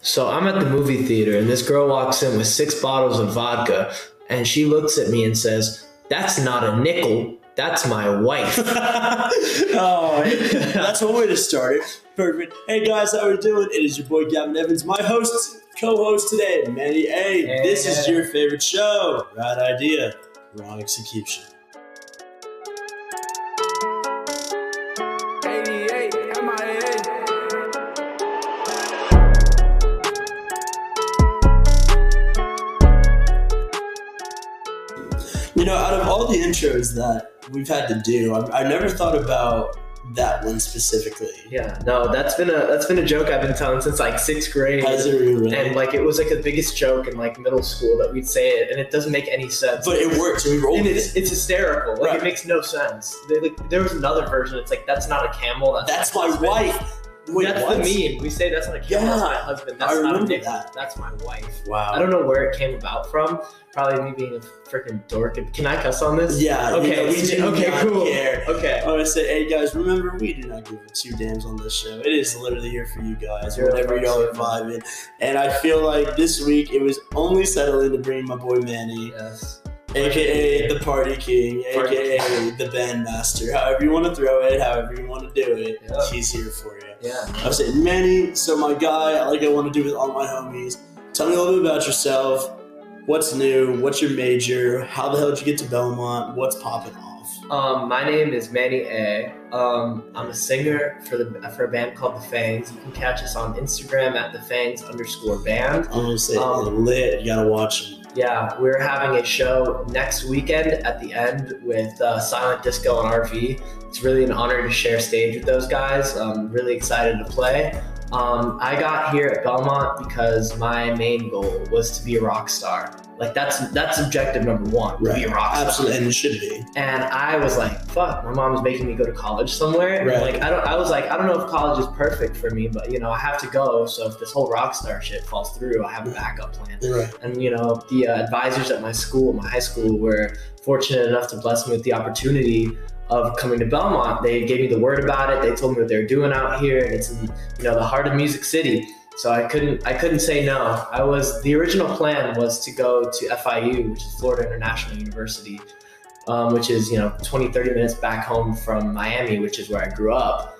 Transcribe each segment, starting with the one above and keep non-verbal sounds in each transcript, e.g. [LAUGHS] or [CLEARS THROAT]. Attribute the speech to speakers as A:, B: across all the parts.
A: So I'm at the movie theater and this girl walks in with six bottles of vodka and she looks at me and says, That's not a nickel, that's my wife.
B: [LAUGHS] oh, that's one way to start it. Perfect. Hey guys, how are you doing? It is your boy Gavin Evans, my host, co-host today, Manny A. This is
A: Hey.
B: your favorite show. Right idea, wrong execution.
C: 88 MIA.
B: You know, out of all the intros that we've had to do, I, I never thought about that one specifically.
A: yeah, no, that's been a that's been a joke I've been telling since like sixth grade.
B: Has it really?
A: And like it was like the biggest joke in like middle school that we'd say it and it doesn't make any sense.
B: but it worked. We rolled
A: and
B: it.
A: it's, it's hysterical. Like
B: Right.
A: it makes no sense. They, like, there was another version. It's like that's not a camel. That's,
B: That's my
A: husband."
B: wife. Wait,
A: that's
B: what?
A: the meme. We say that's not a camel. That's my
B: Yeah.
A: husband.
B: I
A: That's not a
B: remember
A: dick.
B: that.
A: That's my wife.
B: Wow.
A: I don't know where it came about from. Probably me being a freaking dork. Can I cuss on this?
B: Yeah. you
A: Okay,
B: know, we
A: so-
B: do
A: okay,
B: not
A: cool.
B: care.
A: Okay.
B: I want to say, hey guys, remember we do not give a two damns on this show. It is literally here for you guys,
A: Yeah,
B: whatever y'all are
A: absolutely.
B: vibing. And I feel like this week it was only settling to bring my boy Manny,
A: Yes.
B: aka the Party King,
A: Party
B: aka the Band Master. However you want to throw it, however you want to do it,
A: Yeah.
B: he's here for you.
A: Yeah.
B: I was saying, Manny, so my guy, like I want to do with all my homies. Tell me a little bit about yourself. What's new? What's your major? How the hell did you get to Belmont? What's popping off?
A: Um, my name is Manny A. Um, I'm a singer for the for a band called The Fangs. You can catch us on Instagram at the Fangs underscore band.
B: I'm gonna say
A: Um,
B: lit. You gotta watch it.
A: Yeah, we're having a show next weekend at the end with uh, Silent Disco and RV. It's really an honor to share stage with those guys. I'm really excited to play. Um, I got here at Belmont because my main goal was to be a rock star. Like that's that's objective number one, to be a rock star.
B: Absolutely, and it should be.
A: And I was like, fuck, my mom's making me go to college somewhere.
B: Right.
A: Like I don't I was like, I don't know if college is perfect for me, but you know, I have to go. So if this whole rock star shit falls through, I have a backup plan
B: Right.
A: and you know the uh, advisors at my school my high school were fortunate enough to bless me with the opportunity of coming to belmont they gave me the word about it they told me what they were doing out here and it's in you know the heart of music city so i couldn't i couldn't say no i was the original plan was to go to fiu which is florida international university um, which is you know 20 30 minutes back home from miami which is where i grew up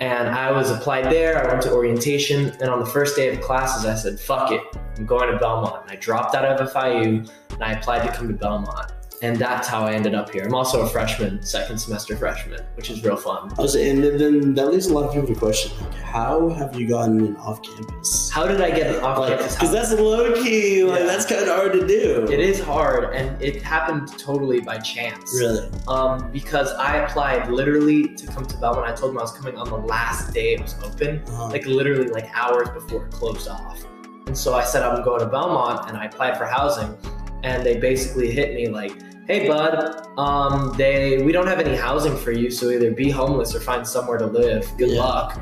A: and i was applied there i went to orientation and on the first day of classes i said fuck it I'm going to Belmont. And I dropped out of FIU and I applied to come to Belmont. And that's how I ended up here. I'm also a freshman, second semester freshman, which is real fun.
B: I was, and then, then that leaves a lot of people to question: like, how have you gotten an off-campus?
A: How did I get an off campus?
B: Because that's low key. Like
A: Yeah.
B: that's kind of hard to do.
A: It is hard and it happened totally by chance.
B: Really.
A: Um, because I applied literally to come to Belmont. I told them I was coming on the last day it was open.
B: Uh-huh.
A: like literally like hours before it closed off. And so I said I'm going to Belmont and I applied for housing and they basically hit me like, "Hey bud, um they we don't have any housing for you, so either be homeless or find somewhere to live. Good
B: Yeah.
A: luck."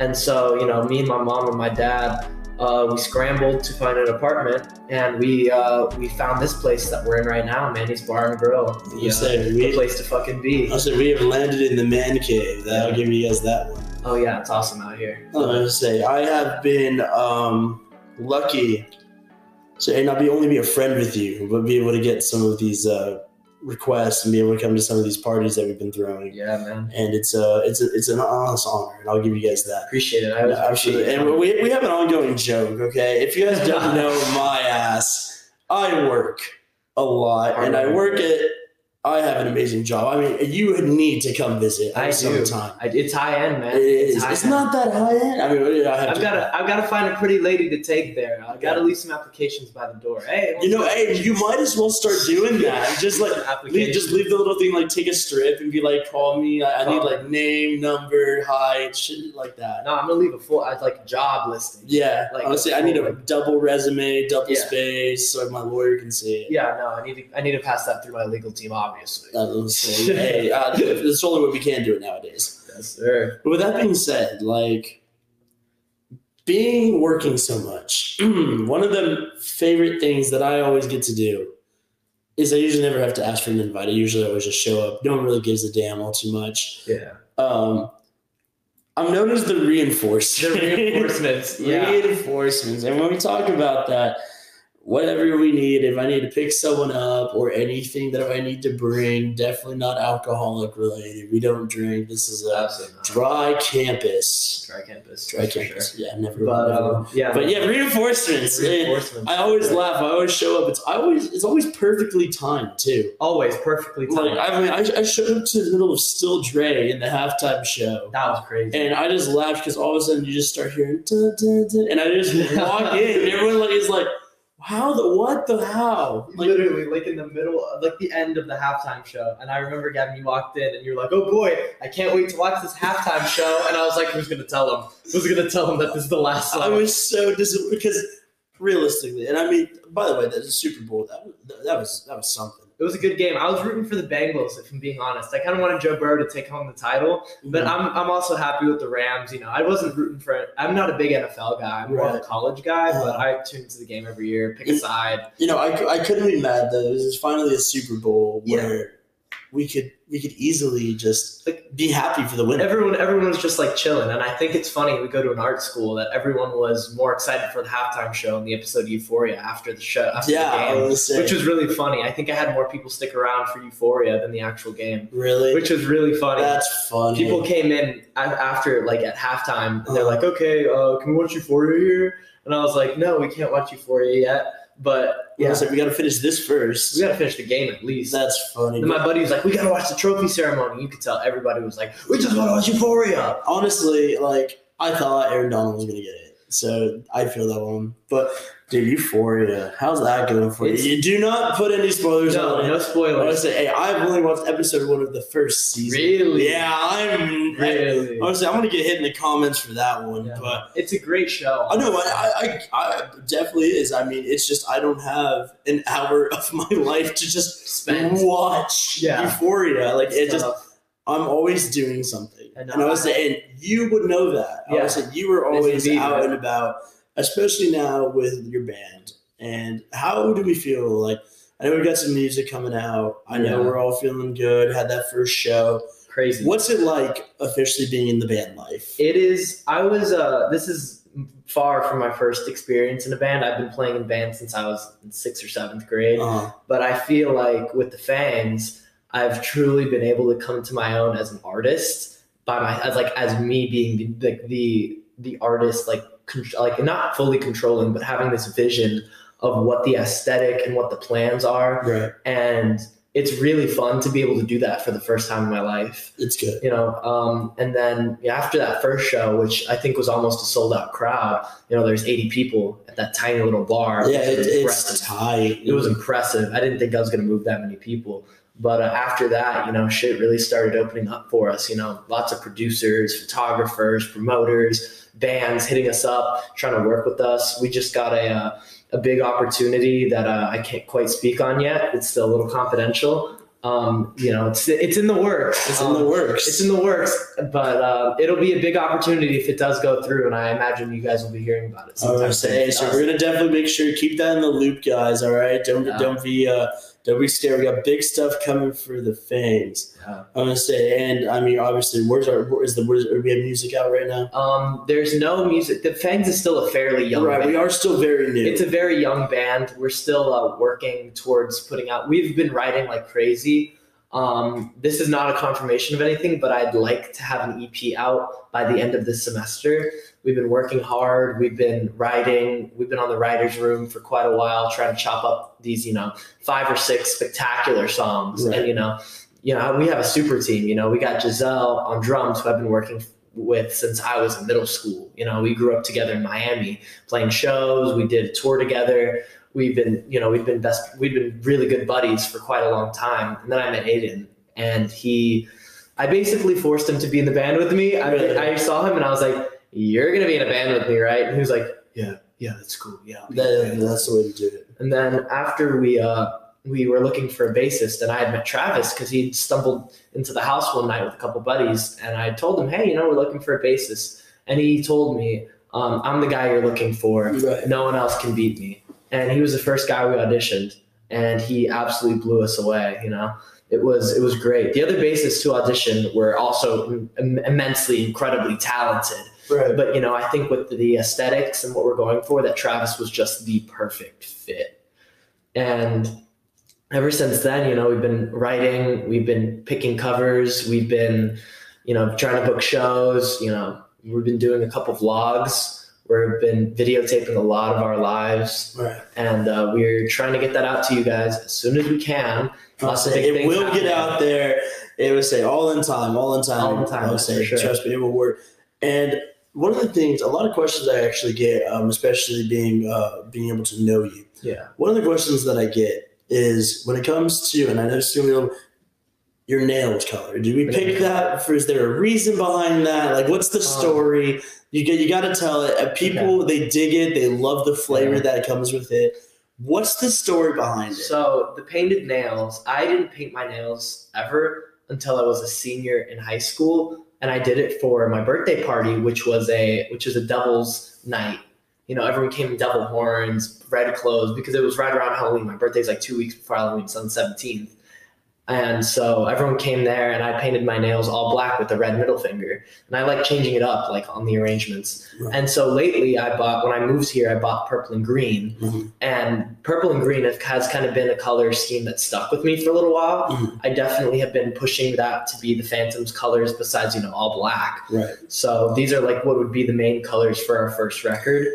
A: And so, you know, me and my mom and my dad uh, we scrambled to find an apartment, and we uh, we found this place that we're in right now, Manny's Bar and Grill.
B: I
A: Yeah,
B: was saying,
A: the
B: we,
A: place to fucking
B: I
A: be.
B: was saying, we have landed in the man cave. That'll
A: Yeah.
B: give you guys that one.
A: Oh yeah, it's awesome out here.
B: I was gonna say I have been um, lucky to and not be only be a friend with you, but be able to get some of these uh, requests and be able to come to some of these parties that we've been throwing.
A: Yeah, man.
B: And it's a it's a, it's an honest honor, and I'll give you guys that.
A: Appreciate it. I always appreciate
B: Absolutely.
A: it.
B: And we, we have an ongoing joke, okay? If you guys
A: [LAUGHS]
B: don't know my ass, I work a lot and I work at I have an amazing job. I mean, you need to come visit
A: I
B: at some
A: do.
B: time.
A: I, it's high end, man.
B: It is.
A: high
B: It's
A: end.
B: not that high end. I mean, I have
A: I've
B: to-
A: got to. I've got to find a pretty lady to take there. I've got to leave some applications by the door. Hey,
B: [LAUGHS] You know, hey, you might as well start doing that. Just like, leave,
A: applications.
B: just leave the little thing, like take a strip and be like, call me. I, I need like name, number, height, shit like that.
A: No, I'm gonna leave a full. I'd like job listing.
B: Yeah,
A: Like,
B: honestly, I need a
A: like-
B: double resume, double
A: Yeah.
B: space, so my lawyer can see it.
A: Yeah, no, I need to. I need to pass that through my legal team, obviously.
B: Uh, let
A: [LAUGHS]
B: me see. hey, uh, that's the only way we can do it nowadays.
A: Yes, sir.
B: But with that being said, like being working so much, [CLEARS THROAT] one of the favorite things that I always get to do is I usually never have to ask for an invite. I usually always just show up. No one really gives a damn all too much.
A: Yeah.
B: Um, I'm known as the reinforcer.
A: The
B: [LAUGHS]
A: reinforcements. yeah.
B: reinforcements. And when we talk about that, whatever we need, if I need to pick someone up or anything that I need to bring, definitely not alcoholic related. We don't drink. This is a
A: Absolutely. not.
B: dry campus.
A: Dry campus.
B: Dry
A: for sure.
B: campus. Yeah, never.
A: But
B: never-
A: um, yeah.
B: but yeah, reinforcements. And
A: reinforcements.
B: I always laugh. I always show up. It's I always it's always perfectly timed too.
A: always perfectly timed.
B: Like I mean, I, I showed up to the middle of Still Dre in the halftime show.
A: that was crazy.
B: And I just laughed because all of a sudden you just start hearing dun, dun, dun, and I just walk in and everyone like is like, How the what the how? Like
A: Literally, like in the middle, of, like the end of the halftime show, and I remember Gavin, you walked in and you were like, "Oh boy, I can't wait to watch this halftime show." And I was like, "Who's gonna tell him? Who's gonna tell him that this is the last song?"
B: I was so dis because realistically, and I mean by the way, that's a Super Bowl. That was that was that was something.
A: it was a good game. I was rooting for the Bengals, if I'm being honest. I kind of wanted Joe Burrow to take home the title, But I'm, I'm also happy with the Rams. You know, I wasn't rooting for. I'm not a big NFL guy. I'm more of a
B: Right. Uh-huh.
A: college guy. But I tune into the game every year, pick a
B: It-
A: side.
B: you know, I, cou- I couldn't be mad though. This is finally a Super Bowl where we could we could easily just
A: Like-
B: be happy for the winner.
A: Everyone everyone was just like chilling, and I think it's funny. We go to an art school that everyone was more excited for the halftime show and the episode Euphoria after the show after
B: yeah, I
A: the game,
B: was saying,
A: which was really funny. I think I had more people stick around for Euphoria than the actual game,
B: really
A: which was really funny.
B: that's funny.
A: People came in a- after, like at halftime, and they're
B: Uh-huh.
A: like, "Okay, uh, can we watch Euphoria here?" And I was like, "No, we can't watch Euphoria yet." But
B: yeah,
A: yeah,
B: so we got to finish this
A: we
B: first.
A: gotta finish the game at least.
B: That's funny.
A: And my buddy was like, "We gotta watch the trophy ceremony." You could tell everybody was like, "We just want to watch Euphoria."
B: Honestly, like I thought Aaron Donald was gonna get it, so I feel that one. But dude, Euphoria, how's that going for
A: It's-
B: you? You do not put any spoilers
A: No,
B: on it.
A: no
B: I want
A: spoilers.
B: to say, hey, I've only watched episode one of the first season.
A: Really?
B: Yeah, I'm.
A: Really?
B: Honestly, I'm gonna get hit in the comments for that one,
A: Yeah.
B: but
A: It's a great show.
B: I know I, I, I I- definitely is. I mean, it's just I don't have an hour of my [LAUGHS] life to just
A: Spent.
B: watch
A: Yeah.
B: Euphoria. Like it
A: It's
B: just,
A: tough.
B: I'm always doing something,
A: I know.
B: and I was saying you would know that. I
A: Yeah.
B: was saying you were always
A: indeed,
B: out
A: right?
B: and about, especially now with your band. And how do we feel? Like I know we got some music coming out. I know
A: Yeah.
B: we're all feeling good. Had that first show.
A: crazy.
B: What's it like officially being in the band life?
A: It is. I was. Uh, this is far from my first experience in a band. I've been playing in band since I was in sixth or seventh grade.
B: Uh,
A: but I feel like with the Fangs, I've truly been able to come to my own as an artist by my as like as me being the the the, the artist like con- like not fully controlling but having this vision of what the aesthetic and what the plans are
B: right.
A: and it's really fun to be able to do that for the first time in my life
B: It's good.
A: you know um, and then yeah, after that first show which i think was almost a sold out crowd you know there's 80 people at that tiny little bar
B: Yeah,
A: which
B: it,
A: was
B: it's
A: impressive
B: tight.
A: it was impressive. I didn't think I was going to move that many people. But uh, after that, you know, shit really started opening up for us. You know, lots of producers, photographers, promoters, bands hitting us up, trying to work with us. We just got a, uh, a big opportunity that uh, I can't quite speak on yet. It's still a little confidential. Um, you know, it's it's in the works.
B: It's
A: Um,
B: in the works.
A: It's in the works, but uh, it'll be a big opportunity if it does go through, and I imagine you guys will be hearing about it.
B: Oh, I was
A: sometime soon.
B: gonna say, so we're gonna definitely make sure keep that in the loop, guys. All right, don't
A: Yeah.
B: don't be uh, don't be scared. We got big stuff coming for the fangs.
A: Yeah.
B: I'm gonna say, and I mean, obviously, where's our is the where's, we have music out right now?
A: Um, there's no music. The Fangs is still a fairly young
B: right,
A: band.
B: we are still very new.
A: It's a very young band. We're still uh, working towards putting out. We've been writing like crazy. Um, this is not a confirmation of anything, but I'd like to have an EP out by the end of this semester. We've been working hard. We've been writing. We've been on the writers' room for quite a while, trying to chop up these, you know, five or six spectacular songs.
B: Right.
A: And you know, you know, we have a super team. You know, we got Giselle on drums, who I've been working with since I was in middle school. You know, we grew up together in Miami playing shows. We did a tour together. We've been, you know, we've been best, we've been really good buddies for quite a long time. And then I met Aiden, and he, I basically forced him to be in the band with me. I,
B: Really?
A: I saw him and I was like, "You're gonna be in a band with me, right?" And he was like, "Yeah, yeah, that's cool, yeah." I'll be in the
B: That-
A: band."
B: that's the way to do it.
A: And then after we uh, we were looking for a bassist, and I had met Travis because he stumbled into the house one night with a couple buddies, and I told him, "Hey, you know, we're looking for a bassist," and he told me, um, "I'm the guy you're looking for.
B: Right.
A: No one else can beat me." And he was the first guy we auditioned, and he absolutely blew us away. You know, it was it was great. The other bassists who auditioned were also im- immensely, incredibly talented.
B: Right.
A: But you know, I think with the aesthetics and what we're going for, that Travis was just the perfect fit. And ever since then, you know, we've been writing, we've been picking covers, we've been, you know, trying to book shows. You know, we've been doing a couple vlogs. We've been videotaping a lot of our lives
B: Right.
A: and uh, we're trying to get that out to you guys as soon as we can. Lots of big
B: it
A: things
B: will get
A: happening.
B: out there. It will say all in time, all in time.
A: All in time,
B: I would
A: that's
B: say,
A: for sure.
B: trust me, it will work. And one of the things, a lot of questions I actually get, um, especially being uh, being able to know you.
A: Yeah,
B: One of the questions that I get is when it comes to, and I know Samuel, your nails color. Do we pick that? For is there a reason behind that? Like, what's the
A: Um,
B: story? You get, you got to tell it. Uh, People they dig it. They love the flavor
A: Yeah.
B: that comes with it. What's the story behind it?
A: so the painted nails, I didn't paint my nails ever until I was a senior in high school, and I did it for my birthday party, which was a which is a devil's night. You know, everyone came in devil horns, red clothes, because it was right around Halloween. My birthday's like two weeks before Halloween, so on the 17th. And so everyone came there, and I painted my nails all black with a red middle finger. And I like changing it up, like on the arrangements.
B: Right.
A: And so lately, I bought, when I moved here, I bought purple and green.
B: Mhm.
A: And purple and green have, has kind of been a color scheme that stuck with me for a little while.
B: Mhm.
A: I definitely have been pushing that to be the Phantom's colors, besides, you know, all black.
B: Right.
A: So these are like what would be the main colors for our first record.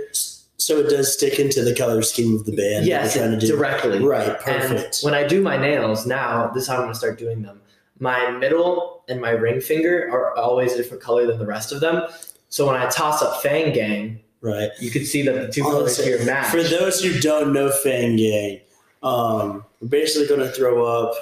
B: So it does stick into the color scheme of the band. that
A: yes,
B: we're trying to do.
A: directly.
B: Right,
A: And
B: perfect.
A: when I do my nails now, this is how I'm gonna start doing them. My middle and my ring finger are always a different color than the rest of them. So when I toss up Fang Gang,
B: right.
A: you can see that the two
B: Oh,
A: colors
B: so
A: here match.
B: For those who don't know Fang Gang, um, we're basically going to throw up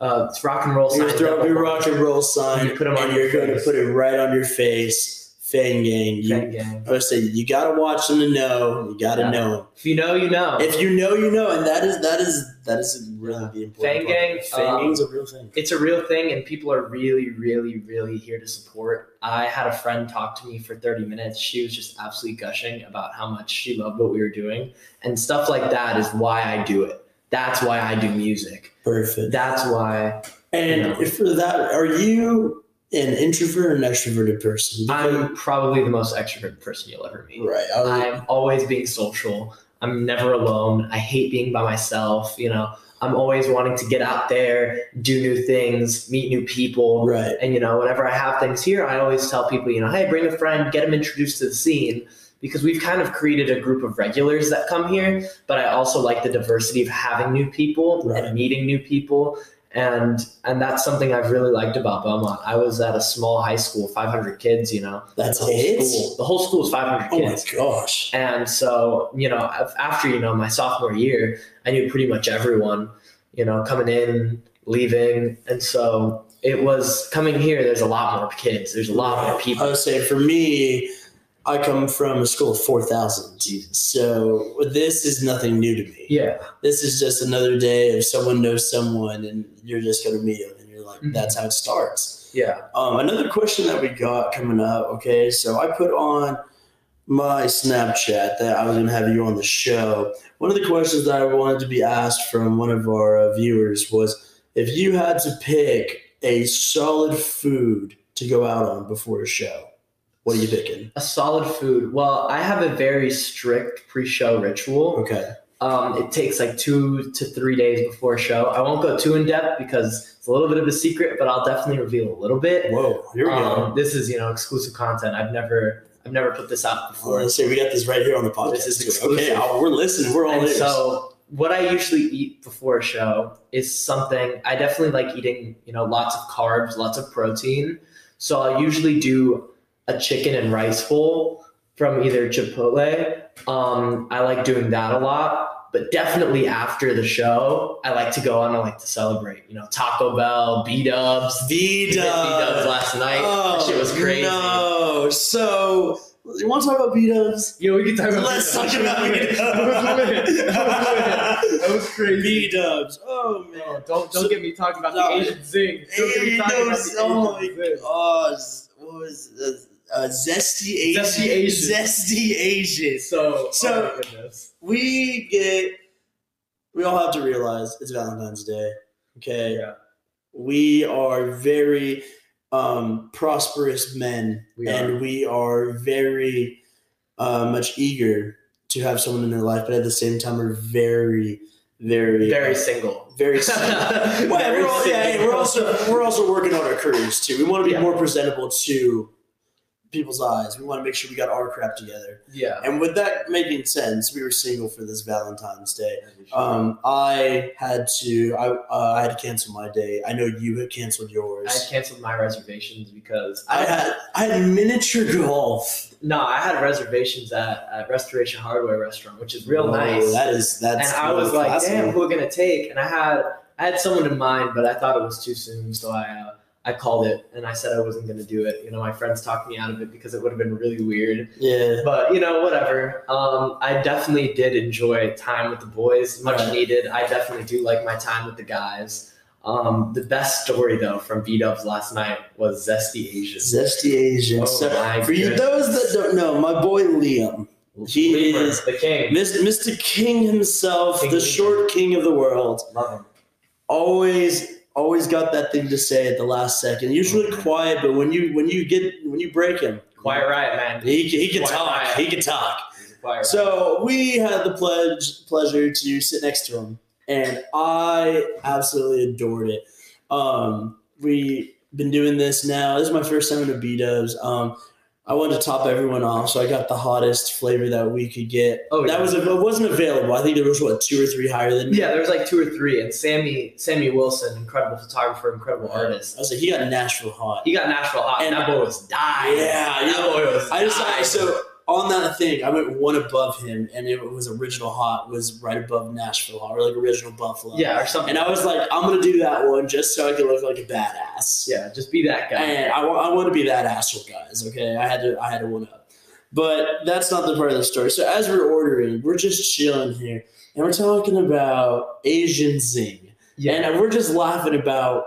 A: uh, it's rock and roll.
B: you're
A: sign,
B: gonna throw up
A: double
B: your
A: bond,
B: rock and roll sign,
A: You put 'em on
B: and
A: your
B: you're going to
A: face.
B: put it right on your face. Fang Gang. You,
A: Fang Gang.
B: I would say you got to watch them to know. You got to
A: Yeah.
B: know 'em.
A: If you know, you know.
B: If you know, you know, and that is that is that is really the important.
A: Fang
B: part.
A: Gang,
B: Fang
A: um,
B: Gang's a real thing.
A: it's a real thing and people are really really really here to support i had a friend talk to me for 30 minutes she was just absolutely gushing about how much she loved what we were doing and stuff like that is why i do it that's why i do music
B: Perfect.
A: that's why
B: And
A: Yeah.
B: if for that, are you an introvert or an extroverted person?
A: i'm probably the most extroverted person you'll ever meet
B: right. I was-
A: i'm always being social i'm never alone i hate being by myself you know i'm always wanting to get out there do new things meet new people
B: right.
A: And you know, whenever I have things here, I always tell people, you know, hey, bring a friend, get them introduced to the scene, because we've kind of created a group of regulars that come here. But I also like the diversity of having new people
B: Right.
A: and meeting new people, and and that's something I've really liked about Belmont. I was at a small high school, 500 kids, you know,
B: That's
A: the whole
B: it.
A: school. The whole school is 500
B: Oh my
A: kids.
B: gosh.
A: And so, you know, af- after, you know, my sophomore year, I knew pretty much everyone, you know, coming in, leaving. And so it was coming here, there's a lot more kids, there's a lot more
B: Uh, I
A: people.
B: would say for me, I come from a school of 4,000. So this is nothing new to me.
A: Yeah.
B: This is just another day of someone knows someone and you're just going to meet them. And you're like,
A: Mhm.
B: that's how it starts.
A: Yeah.
B: Um, another question that we got coming up. Okay. So I put on my Snapchat that I was going to have you on the show. One of the questions that I wanted to be asked from one of our uh, viewers was if you had to pick a solid food to go out on before a show, what are you picking?
A: A solid food. Well, I have a very strict pre show ritual.
B: Okay.
A: Um, it takes like two to three days before a show. I won't go too in depth because it's a little bit of a secret, but I'll definitely reveal a little bit.
B: Whoa. Here we
A: Um,
B: go.
A: this is, you know, exclusive content. I've never. I've never put this out
B: Well,
A: before.
B: let's say we got this right here on the podcast.
A: This is
B: too.
A: exclusive.
B: Okay. I'll- we're listening. We're all
A: And
B: ears.
A: so what I usually eat before a show is something I definitely like eating, you know, lots of carbs, lots of protein. So I'll usually do a chicken and rice bowl from either Chipotle. Um, I like doing that a lot, but definitely after the show, I like to go and I like to celebrate. You know, Taco Bell, B Dubs.
B: V
A: B Dubs
B: Dubs.
A: last night. that shit was crazy.
B: Oh, No. So, you want to talk about B Dubs?
A: Yo, we can talk about
B: Let's
A: B-dubs.
B: talk about
A: [LAUGHS] That
B: B
A: was lit. That was lit. That
B: Dubs.
A: was crazy.
B: B Dubs. Oh, man.
A: don't
B: don't So-
A: get me talking about
B: the no.
A: Asian zing.
B: Hey, those- oh my gosh. What was it? Uh, Zesty Asian.
A: Zesty Asian.
B: Zesty Asian.
A: So,
B: So-
A: oh my goodness.
B: We get. We all have to realize it's Valentine's Day. Okay.
A: Yeah.
B: We are very um, prosperous men,
A: We
B: and we are very uh, much eager to have someone in their life, but at the same time, we're very, very,
A: Very single.
B: very. [LAUGHS] Well,
A: Very
B: we're, all, yeah, hey,
A: single.
B: we're also we're also working on our careers too. We want to be
A: Yeah.
B: more presentable to people's eyes. We want to make sure we got our crap together.
A: yeah.
B: And with that making sense, we were single for this Valentine's Day. Um, I had to I uh, I had to cancel my day. I know you had canceled
A: I
B: yours.
A: canceled my reservations because
B: I,
A: I had
B: had I had miniature golf.
A: no, I had reservations at, at Restoration Hardware restaurant, which is real
B: Whoa,
A: nice.
B: Oh, That is
A: and
B: that's
A: I was like,
B: classy.
A: damn, who are we gonna take? And I had I had someone in mind, but I thought it was too soon, so I uh, I called it and I said I wasn't gonna do it. You know, my friends talked me out of it because it would have been really weird.
B: Yeah.
A: But you know, whatever. Um, I definitely did enjoy time with the boys, much
B: Right.
A: needed. I definitely do like my time with the guys. Um, the best story though from B Dubs last night was Zesty Asian.
B: Zesty Asian.
A: Oh
B: so,
A: my
B: for you,
A: goodness.
B: those that don't know, my boy Liam, He
A: Lemur,
B: is-
A: the king.
B: Mis- Mr. King himself,
A: King.
B: the short king of the world,
A: Love him.
B: always always got that thing to say at the last second. Usually quiet, but when you when you get when you break him,
A: Mm-hmm. Quiet Riot, man.
B: He, he can
A: Quiet
B: talk.
A: Riot.
B: He can talk.
A: He's a Quiet Riot.
B: So we had the pledge pleasure to sit next to him, and I absolutely adored it. Um, we been doing this now. This is my first time in a B Dubs. Um, I wanted to top everyone off, so I got the hottest flavor that we could get.
A: Oh,
B: that
A: yeah.
B: was it wasn't available. I think there was what two or three higher than me.
A: Yeah, there was like two or three, and Sammy Sammy Wilson, incredible photographer, incredible
B: I
A: artist.
B: was like, he got Nashville hot.
A: He got Nashville hot, and
B: And-
A: that boy was dying.
B: Yeah,
A: that
B: you know,
A: boy was.
B: I just
A: dying.
B: so on that thing, I went one above him, and it was original hot was right above Nashville hot, or like original Buffalo.
A: yeah, or something.
B: And I was like, I'm gonna do that one just so I can look like a badass.
A: yeah, just be that guy.
B: And I, wa- I want to be that asshole, guys. Okay, I had to I had to one up. But that's not the part of the story. So as we're ordering, we're just chilling here, and we're talking about Asian zing,
A: yeah.
B: and we're just laughing about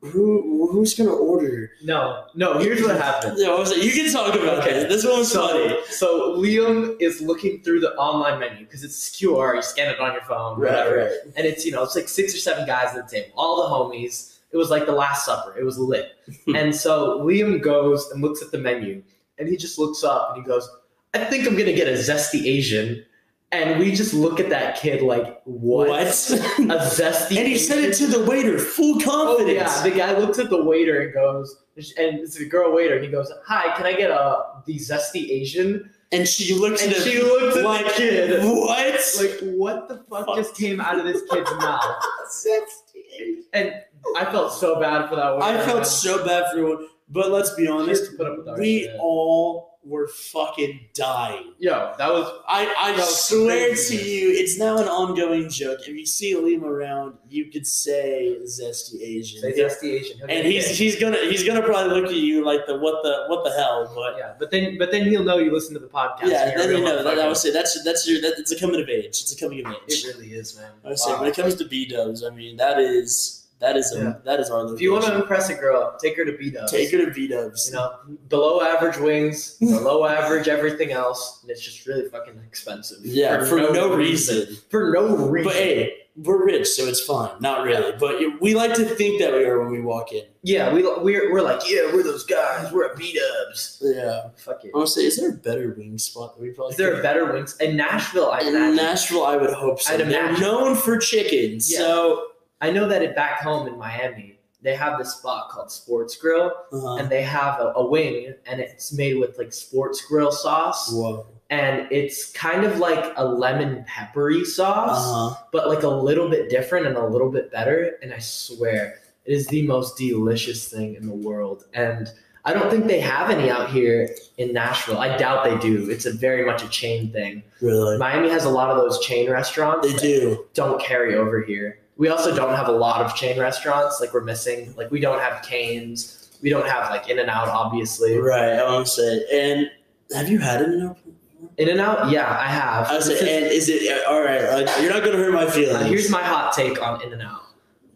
B: who who's gonna order.
A: no, no. Here's what happened.
B: Yeah, I was like, you can talk about
A: Okay.
B: this. This one was funny.
A: So, so Liam is looking through the online menu because it's QR. You scan it on your phone, whatever.
B: right.
A: And it's you know it's like six or seven guys at the table, all the homies. It was like the Last Supper. It was lit.
B: [LAUGHS]
A: and so Liam goes and looks at the menu, and he just looks up and he goes, "I think I'm gonna get a zesty Asian." And we just look at that kid like, "What? [LAUGHS]
B: [LAUGHS]
A: A zesty?"
B: and he said it
A: Asian?"
B: to the waiter, full
A: Oh
B: confidence.
A: yeah, the guy looks at the waiter and goes, and it's a girl waiter, and he goes, "Hi, can I get a the zesty Asian?"
B: And she looks
A: And
B: at
A: she
B: him
A: looks at
B: like,
A: the kid,
B: what?
A: like, "What the fuck just came out of this kid's mouth?" And I felt so bad for that waiter.
B: I felt so bad for everyone, but let's be honest,
A: Just put up with our
B: we
A: shit.
B: all were fucking dying.
A: Yo, that was
B: I, I
A: That was
B: swear
A: crazy.
B: to you, it's now an ongoing joke. If you see Liam around, you could say zesty Asian.
A: say zesty Asian, He'll
B: and
A: get
B: he's
A: it.
B: he's gonna he's gonna probably look at you like the what the what the hell, but
A: yeah, but then but then he'll know you listen to the podcast.
B: Yeah,
A: and you're a
B: then you
A: real
B: know that,
A: motherfucker.
B: that was it. That's that's your that, it's a coming of age. It's a coming of age.
A: It really is, man.
B: I say
A: Wow.
B: when it comes to B dubs, I mean that is that is a,
A: Yeah.
B: that is our location.
A: If you want to impress a girl, take her to beat up.
B: take her to B dubs,
A: you know, below average wings, below average everything else, and it's just really fucking expensive.
B: yeah, for, no, reason.
A: For no reason.
B: But hey, we're rich, so it's fine. Not really, but you- we like to think that we are when we walk in.
A: yeah, we we're, we're like, yeah, we're those guys. We're a beat ups.
B: Yeah,
A: Fuck it.
B: honestly, is there a better wing spot that we probably?
A: Is there a better wings in Nashville? I
B: in
A: imagine.
B: Nashville? I would hope so.
A: I'd
B: They're
A: imagine.
B: known for chicken,
A: Yeah.
B: so
A: I know that it, back home in Miami, they have this spot called Sports Grill,
B: uh,
A: and they have a, a wing, and it's made with like Sports Grill sauce,
B: whoa,
A: and it's kind of like a lemon peppery sauce.
B: uh-huh.
A: but like a little bit different and a little bit better. And I swear, it is the most delicious thing in the world. And I don't think they have any out here in Nashville. I doubt they do. It's a very much a chain thing.
B: really,
A: Miami has a lot of those chain restaurants
B: they do.
A: that don't carry over here. We also don't have a lot of chain restaurants. Like we're missing. Like we don't have Canes. We don't have like In and Out, obviously.
B: Right, I want to say. And have you had it in Oakland?
A: In and Out, yeah, I have.
B: I was
A: This
B: like,
A: is-
B: and is it all right? Like, you're not gonna hurt my feelings.
A: Uh, here's my hot take on In and Out.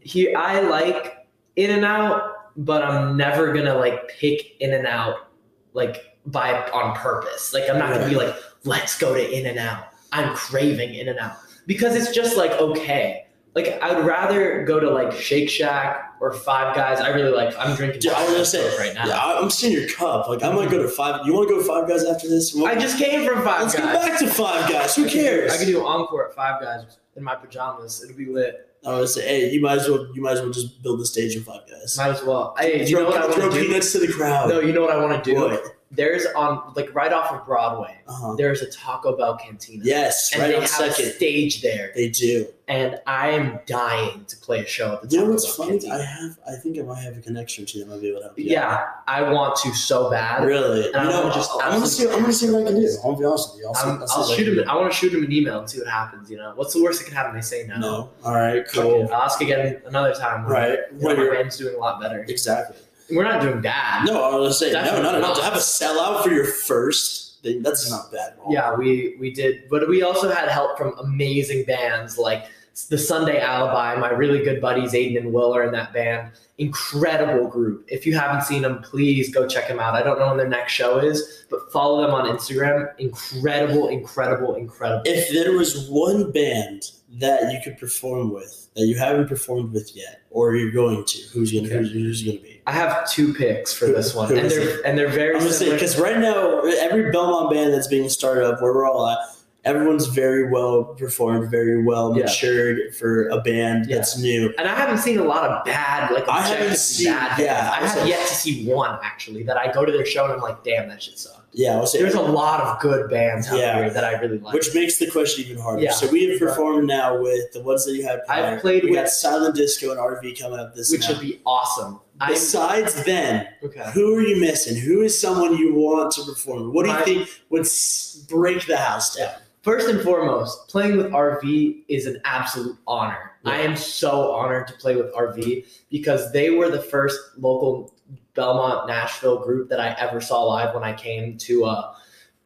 A: Here, I like In and Out, but I'm never gonna like pick In and Out like by on purpose. Like I'm not gonna be like, let's go to In and Out. I'm craving In and Out because it's just like okay. Like I'd rather go to like Shake Shack or Five Guys. I really like. I'm drinking.
B: Yeah, I was gonna say
A: Coke right now.
B: Yeah, I- I'm seeing your cup. Like, I might go to five. You want to go to Five Guys after this? Well,
A: I just came from Five
B: let's
A: Guys.
B: go back to Five Guys. Who cares?
A: I could do an encore at Five Guys in my pajamas. It'll be lit.
B: I would say, hey, you might as well, you might as well just build the stage in Five Guys.
A: Might as well. Hey, you
B: throw
A: know what I
B: throw
A: want to do?
B: peanuts to the crowd.
A: No, you know what I want to do?
B: Oh. What?
A: There's on like right off of Broadway.
B: Uh-huh.
A: There's a Taco Bell cantina.
B: Yes,
A: and
B: right
A: they
B: on
A: have
B: second.
A: a stage there,
B: They do.
A: and I'm dying to play a show at the
B: You know
A: Taco
B: what's
A: Bell
B: funny?
A: cantina.
B: I have, I think I might have a connection to them. I'll be able to help. you
A: yeah.
B: out.
A: I want to so bad.
B: Really?
A: And I
B: you know,
A: wanna just
B: I- I want to see. I want to see what I can do. I'll be honest with you. I'll, see-
A: I'm,
B: I'll see
A: I'll
B: what I
A: shoot
B: can
A: him.
B: do.
A: I want to shoot him an email and see what happens. You know, what's the worst that could happen? They say no.
B: No. All right.
A: Cool.
B: Cool.
A: I'll ask again another time. when,
B: Right.
A: You know,
B: When
A: my
B: you're-
A: band's doing a lot better.
B: exactly.
A: We're not doing bad.
B: No, I was gonna say no,
A: Definitely
B: not enough
A: not.
B: to have a sellout for your first. Thing, that's not bad. at all.
A: Yeah, we we did, but we also had help from amazing bands like the Sunday Alibi. My really good buddies Aiden and Will are in that band. Incredible group. If you haven't seen them, please go check them out. I don't know when their next show is, but follow them on Instagram. Incredible, incredible, incredible.
B: If there was one band that you could perform with that you haven't performed with yet, or you're going to, who's gonna who's, who's gonna be?
A: I have two picks for this one,
B: Who
A: and
B: is
A: they're and they're very
B: I'm gonna say
A: similar.
B: because right now every Belmont band that's being started up, where we're all at, everyone's very well performed, very well
A: Yeah.
B: matured for a band
A: Yeah.
B: that's new.
A: and I haven't seen a lot of bad, like
B: I haven't
A: objectively
B: seen-
A: bad. bands.
B: yeah, I
A: I
B: was
A: have
B: like-
A: yet to see one actually that I go to their show and I'm like, damn, that shit sucked.
B: Yeah, I'll say
A: There's a lot of good bands out
B: Yeah.
A: here that I really like.
B: which makes the question even harder.
A: Yeah.
B: So we have performed now with the ones that you had.
A: I've
B: prior.
A: played
B: we
A: with-
B: got Silent Disco and RV coming up this.
A: which
B: now.
A: would be awesome. I'm,
B: Besides them,
A: okay.
B: who are you missing? Who is someone you want to perform? What do
A: My-
B: you think would s- break the house down?
A: First and foremost, playing with RV is an absolute honor.
B: Yeah.
A: I am so honored to play with RV because they were the first local Belmont Nashville group that I ever saw live when I came to uh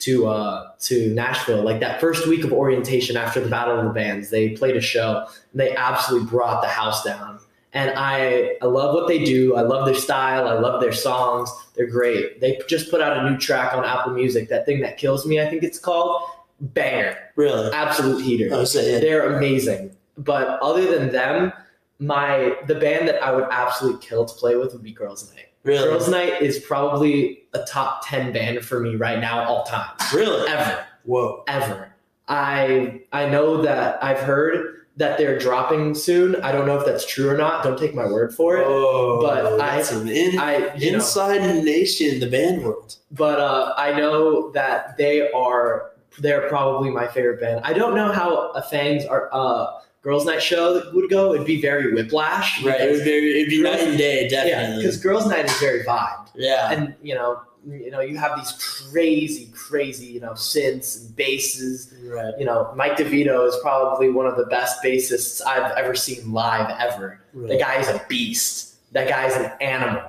A: to uh to Nashville. Like that first week of orientation after the Battle of the Bands, they played a show and they absolutely brought the house down. And I I love what they do. I love their style. I love their songs. They're great. They just put out a new track on Apple Music. That thing that kills me, I think it's called. Banger
B: Really?
A: absolute heater.
B: I would say, Oh, yeah.
A: They're amazing. But other than them, my the band that I would absolutely kill to play with would be Girls Night.
B: Really?
A: Girls Night is probably a top ten band for me right now, all time,
B: Really?
A: ever,
B: Whoa.
A: ever. I I know that I've heard that they're dropping soon. I don't know if that's true or not. Don't take my word for it.
B: Oh,
A: But I-
B: that's an in-
A: I you know,
B: inside nation, the band world.
A: but uh, I know that they are they're probably my favorite band. I don't know how a Fangs are uh, Girls Night show would go. It'd be very Whiplash,
B: Right. It would
A: Because,
B: be, it'd be
A: Girls-
B: night and day,
A: yeah,
B: definitely.
A: because Girls Night is very vibe,
B: Yeah.
A: and you know, you know, you have these crazy, crazy, you know, synths and basses.
B: right.
A: You know, Mike DeVito is probably one of the best bassists I've ever seen live ever. The
B: Right.
A: guy is a beast. That guy is an animal.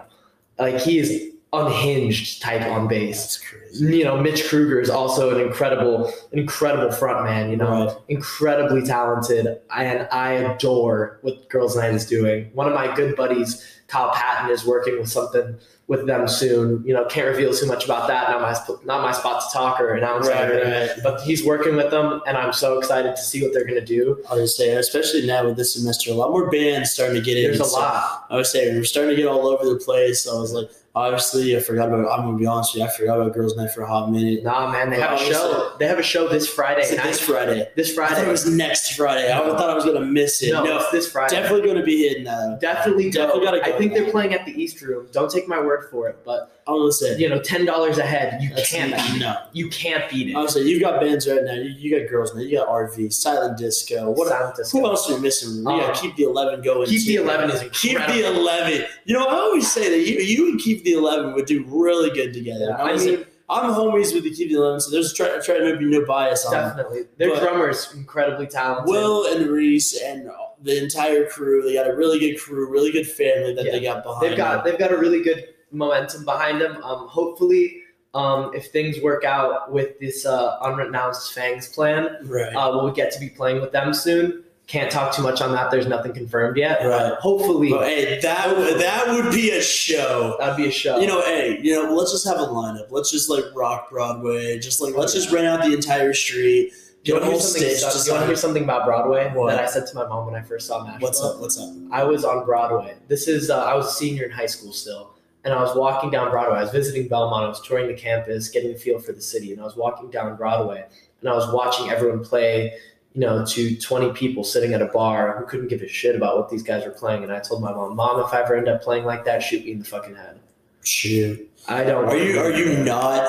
A: Like he is unhinged type on bass
B: That's crazy.
A: you know, Mitch Kruger is also an incredible, incredible frontman, you know,
B: Right.
A: incredibly talented. And I adore what Girls Night is doing. One of my good buddies, Kyle Patton, is working with something with them soon. You know, can't reveal too much about that. Not my, sp- not my spot to talk or announce
B: Right,
A: anything.
B: right.
A: But he's working with them, and I'm so excited to see what they're going to do.
B: I would say, especially now with this semester, a lot more bands starting to get in.
A: There's a
B: so
A: lot.
B: I would say we were starting to get all over the place. I was like, obviously, I forgot about. I'm gonna be honest with you, I forgot about Girls Night for a hot minute.
A: Nah, man, they have a
B: Obviously.
A: show. They have a show this Friday
B: It's like
A: night.
B: this Friday.
A: This
B: I thought
A: Friday.
B: it was next Friday. I thought I was gonna miss it.
A: no,
B: No,
A: it's this Friday.
B: definitely gonna be hitting that.
A: Definitely,
B: Definitely
A: go.
B: gotta go.
A: I think they're playing at the East Room. Don't take my word for it, but
B: I'm gonna say
A: you know, ten dollars a head, you
B: that's Uh,
A: can't beat it.
B: no.
A: You can't beat it.
B: I would say you've got bands right now. You, you got Girls Night. You got RV, Silent Disco. What?
A: Sound disco.
B: Who else are we missing? We
A: Um,
B: gotta keep the eleven going.
A: Keep the
B: too.
A: Eleven is
B: Keep
A: incredible.
B: the eleven. You know, I always say that you, you and Keep the Eleven would do really good together.
A: I
B: always
A: mean,
B: I'm homies with the Keep the Eleven, so there's try, try to be no bias on them.
A: definitely. Their
B: But-
A: drummer's incredibly talented.
B: Will and Reese and the entire crew. They got a really good crew, really good family that they got behind.
A: they've got they've got a really good momentum behind them. Um, hopefully, um, if things work out with this uh, unrenounced Fangs plan,
B: them. right.
A: uh, we'll get to be playing with them soon. Can't talk too much on that. There's nothing confirmed yet.
B: Right.
A: Hopefully,
B: But, hey, that would that would be a show.
A: that'd be a show.
B: You know, hey, you know, let's just have a lineup. Let's just like rock Broadway. Just like let's just rent out the entire street.
A: Do you
B: Get
A: want to
B: all
A: hear something?
B: stitched.
A: Do
B: Just
A: you want to hear
B: like,
A: something about Broadway
B: What?
A: that I said to my mom when I first saw Nashville?
B: what's up? What's up?
A: I was on Broadway. This is uh, I was a senior in high school still, and I was walking down Broadway. I was visiting Belmont. I was touring the campus, getting the feel for the city, and I was walking down Broadway, and I was watching everyone play. You know, to 20 people sitting at a bar who couldn't give a shit about what these guys were playing. And I told my mom, Mom, if I ever end up playing like that, shoot me in the fucking head.
B: Shoot.
A: I don't
B: Are
A: want
B: you
A: to
B: are
A: do
B: you
A: that.
B: not?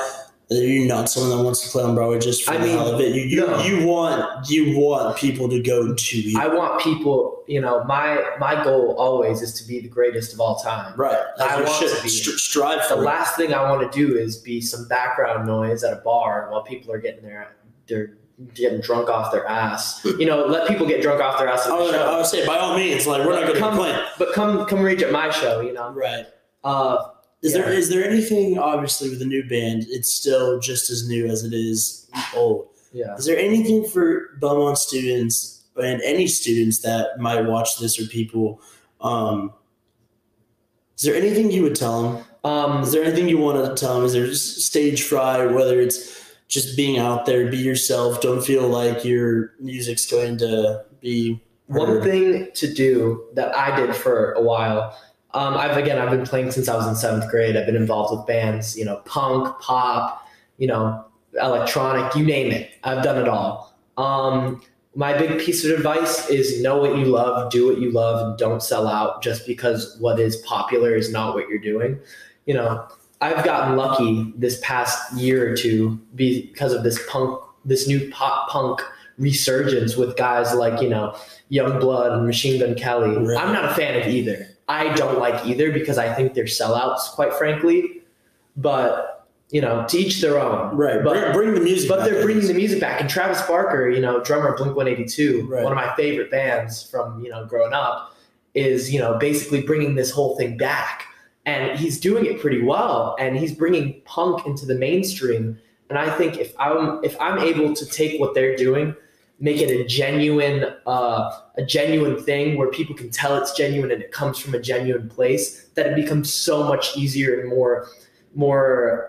B: Are you not someone that wants to play on Broadway just for
A: I
B: the
A: mean,
B: hell of it? You you,
A: no.
B: you want you want people to go to you,
A: I want people, you know, my my goal always is to be the greatest of all time.
B: right? That's
A: I
B: your
A: want
B: shit.
A: to be.
B: Stri- strive
A: The
B: for it.
A: last thing I want to do is be some background noise at a bar while people are getting their they're getting drunk off their ass. You know, let people get drunk off their ass at the
B: I would, I
A: show.
B: would say by all means, like we're not going to
A: Come-
B: complain.
A: But come come rage at my show, you know.
B: Right.
A: Uh
B: Is there
A: Yeah.
B: is there anything obviously with the new band? It's still just as new as it is old.
A: yeah.
B: Is there anything for Belmont students and any students that might watch this or people? Um, is there anything you would tell them? Is
A: Um
B: there anything you want to tell them? Is there just stage fright? Whether it's just being out there, be yourself. Don't feel like your music's going to be
A: one
B: heard.
A: thing to do that I did for a while. Um, I've again I've been playing since I was in seventh grade. I've been involved with bands, you know, punk, pop, you know, electronic, you name it. I've done it all. Um, my big piece of advice is know what you love, do what you love, and don't sell out just because what is popular is not what you're doing. You know, I've gotten lucky this past year or two because of this punk, this new pop punk resurgence with guys like, you know, Youngblood and Machine Gun Kelly.
B: Right.
A: I'm not a fan of either. I don't like either because I think they're sellouts, quite frankly. But, you know, to each their own.
B: Right.
A: But,
B: bring, bring the music.
A: but
B: back
A: they're
B: in.
A: bringing the music back. And Travis Barker, you know, drummer of Blink 182,
B: Right.
A: one of my favorite bands from, you know, growing up, is, you know, basically bringing this whole thing back. And he's doing it pretty well. And he's bringing punk into the mainstream. And I think if I'm if I'm able to take what they're doing, make it a genuine uh, a genuine thing where people can tell it's genuine and it comes from a genuine place, that it becomes so much easier and more more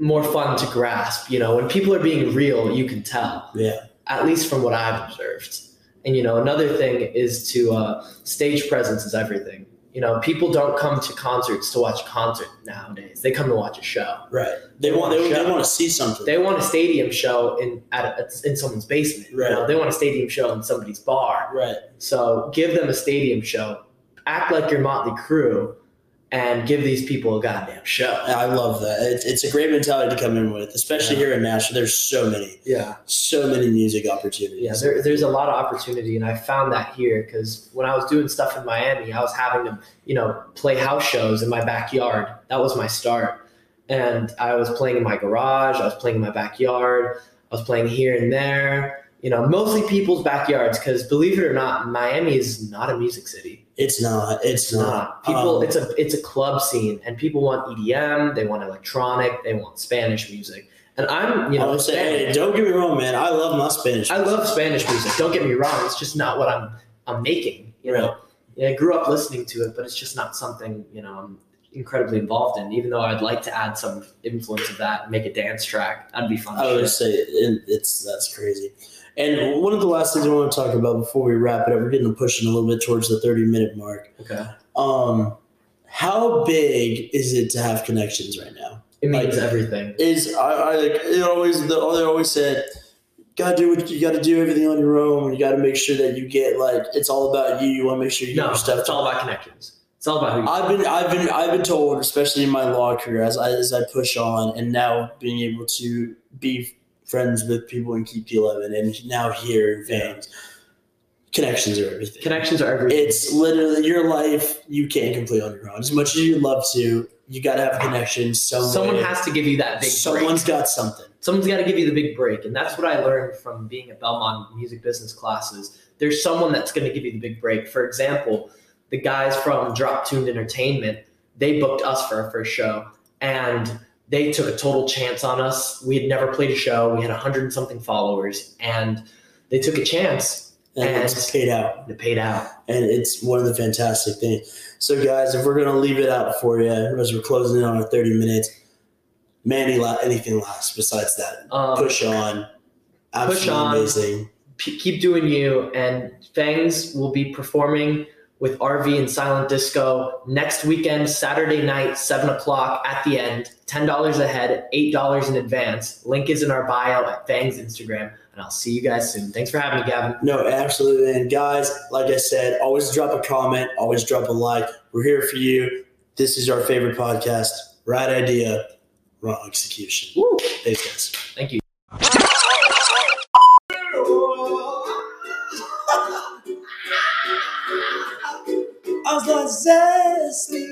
A: more fun to grasp. You know, when people are being real, you can tell.
B: Yeah.
A: At least from what I've observed. And you know, another thing is to uh, stage presence is everything. You know, people don't come to concerts to watch a concert nowadays. They come to watch a show.
B: Right. They want. They,
A: Show.
B: they want to see something.
A: They want a stadium show in at, at in someone's basement. You know,
B: Right.
A: they want a stadium show in somebody's bar.
B: right.
A: So give them a stadium show. Act like your Motley Crew, and give these people a goddamn show.
B: I love that. It's, it's a great mentality to come in with, especially
A: Yeah.
B: here in Nashville. There's so many,
A: Yeah.
B: so many music opportunities.
A: Yeah, there, there's a lot of opportunity, and I found that here because when I was doing stuff in Miami, I was having to, you know, play house shows in my backyard. That was my start, and I was playing in my garage. I was playing in my backyard. I was playing here and there. You know, mostly people's backyards because believe it or not, Miami is not a music city.
B: It's not. It's
A: It's
B: not.
A: not. People,
B: Um,
A: it's a it's a club scene, and people want EDM, they want electronic, they want Spanish music, and I'm, you
B: I
A: know,
B: would say,
A: Spanish.
B: hey, don't get me wrong, man. I love my Spanish.
A: I love Spanish music. Don't get me wrong; it's just not what I'm I'm making. You know, yeah, I grew up listening to it, but it's just not something you know I'm incredibly involved in. Even though I'd like to add some influence of that, and make a dance track, that'd be fun.
B: I would
A: shit.
B: say it- it's that's crazy. And one of the last things I want to talk about before we wrap it up, we're getting pushing a little bit towards the 30 minute mark.
A: okay,
B: Um, how big is it to have connections right now?
A: it means
B: Like-
A: everything.
B: is I, I like it always the they always said gotta do what you gotta do everything on your own you gotta make sure that you get like it's all about you you want to make sure you get
A: No,
B: your stuff
A: it's all about connections. It's all about who. You
B: I've been I've been I've been told especially in my law career as I, as I push on and now being able to be friends with people in keep 11 and now here in Vans connections are everything
A: connections are everything.
B: it's literally your life you can't complete on your own as much as you love to you gotta have a connection somewhere
A: someone has to give you that big. break.
B: someone's got something
A: someone's got to give you the big break and that's what i learned from being at belmont music business classes there's someone that's going to give you the big break for example the guys from drop tuned entertainment they booked us for our first show and they took a total chance on us we had never played a show we had 100 and something followers and they took a chance
B: and,
A: And-
B: it's paid out.
A: and it paid out
B: And it's one of the fantastic things. So, guys, if we're going to leave it out for you, as we're closing in on our 30 minutes, man, any la- anything last besides that?
A: um,
B: Push on. Absolutely
A: on.
B: amazing.
A: P- keep doing you. And Fangs will be performing with RV and Silent Disco next weekend, Saturday night, 7 o'clock at the end, $10 ahead, $8 in advance. Link is in our bio at Fangs Instagram. And I'll see you guys soon. Thanks for having me, Gavin.
B: No, absolutely. And guys, like I said, always drop a comment, always drop a like. We're here for you. This is our favorite podcast. Right idea, wrong execution.
A: Woo.
B: Thanks, guys.
A: Thank you.
B: I was not zesty.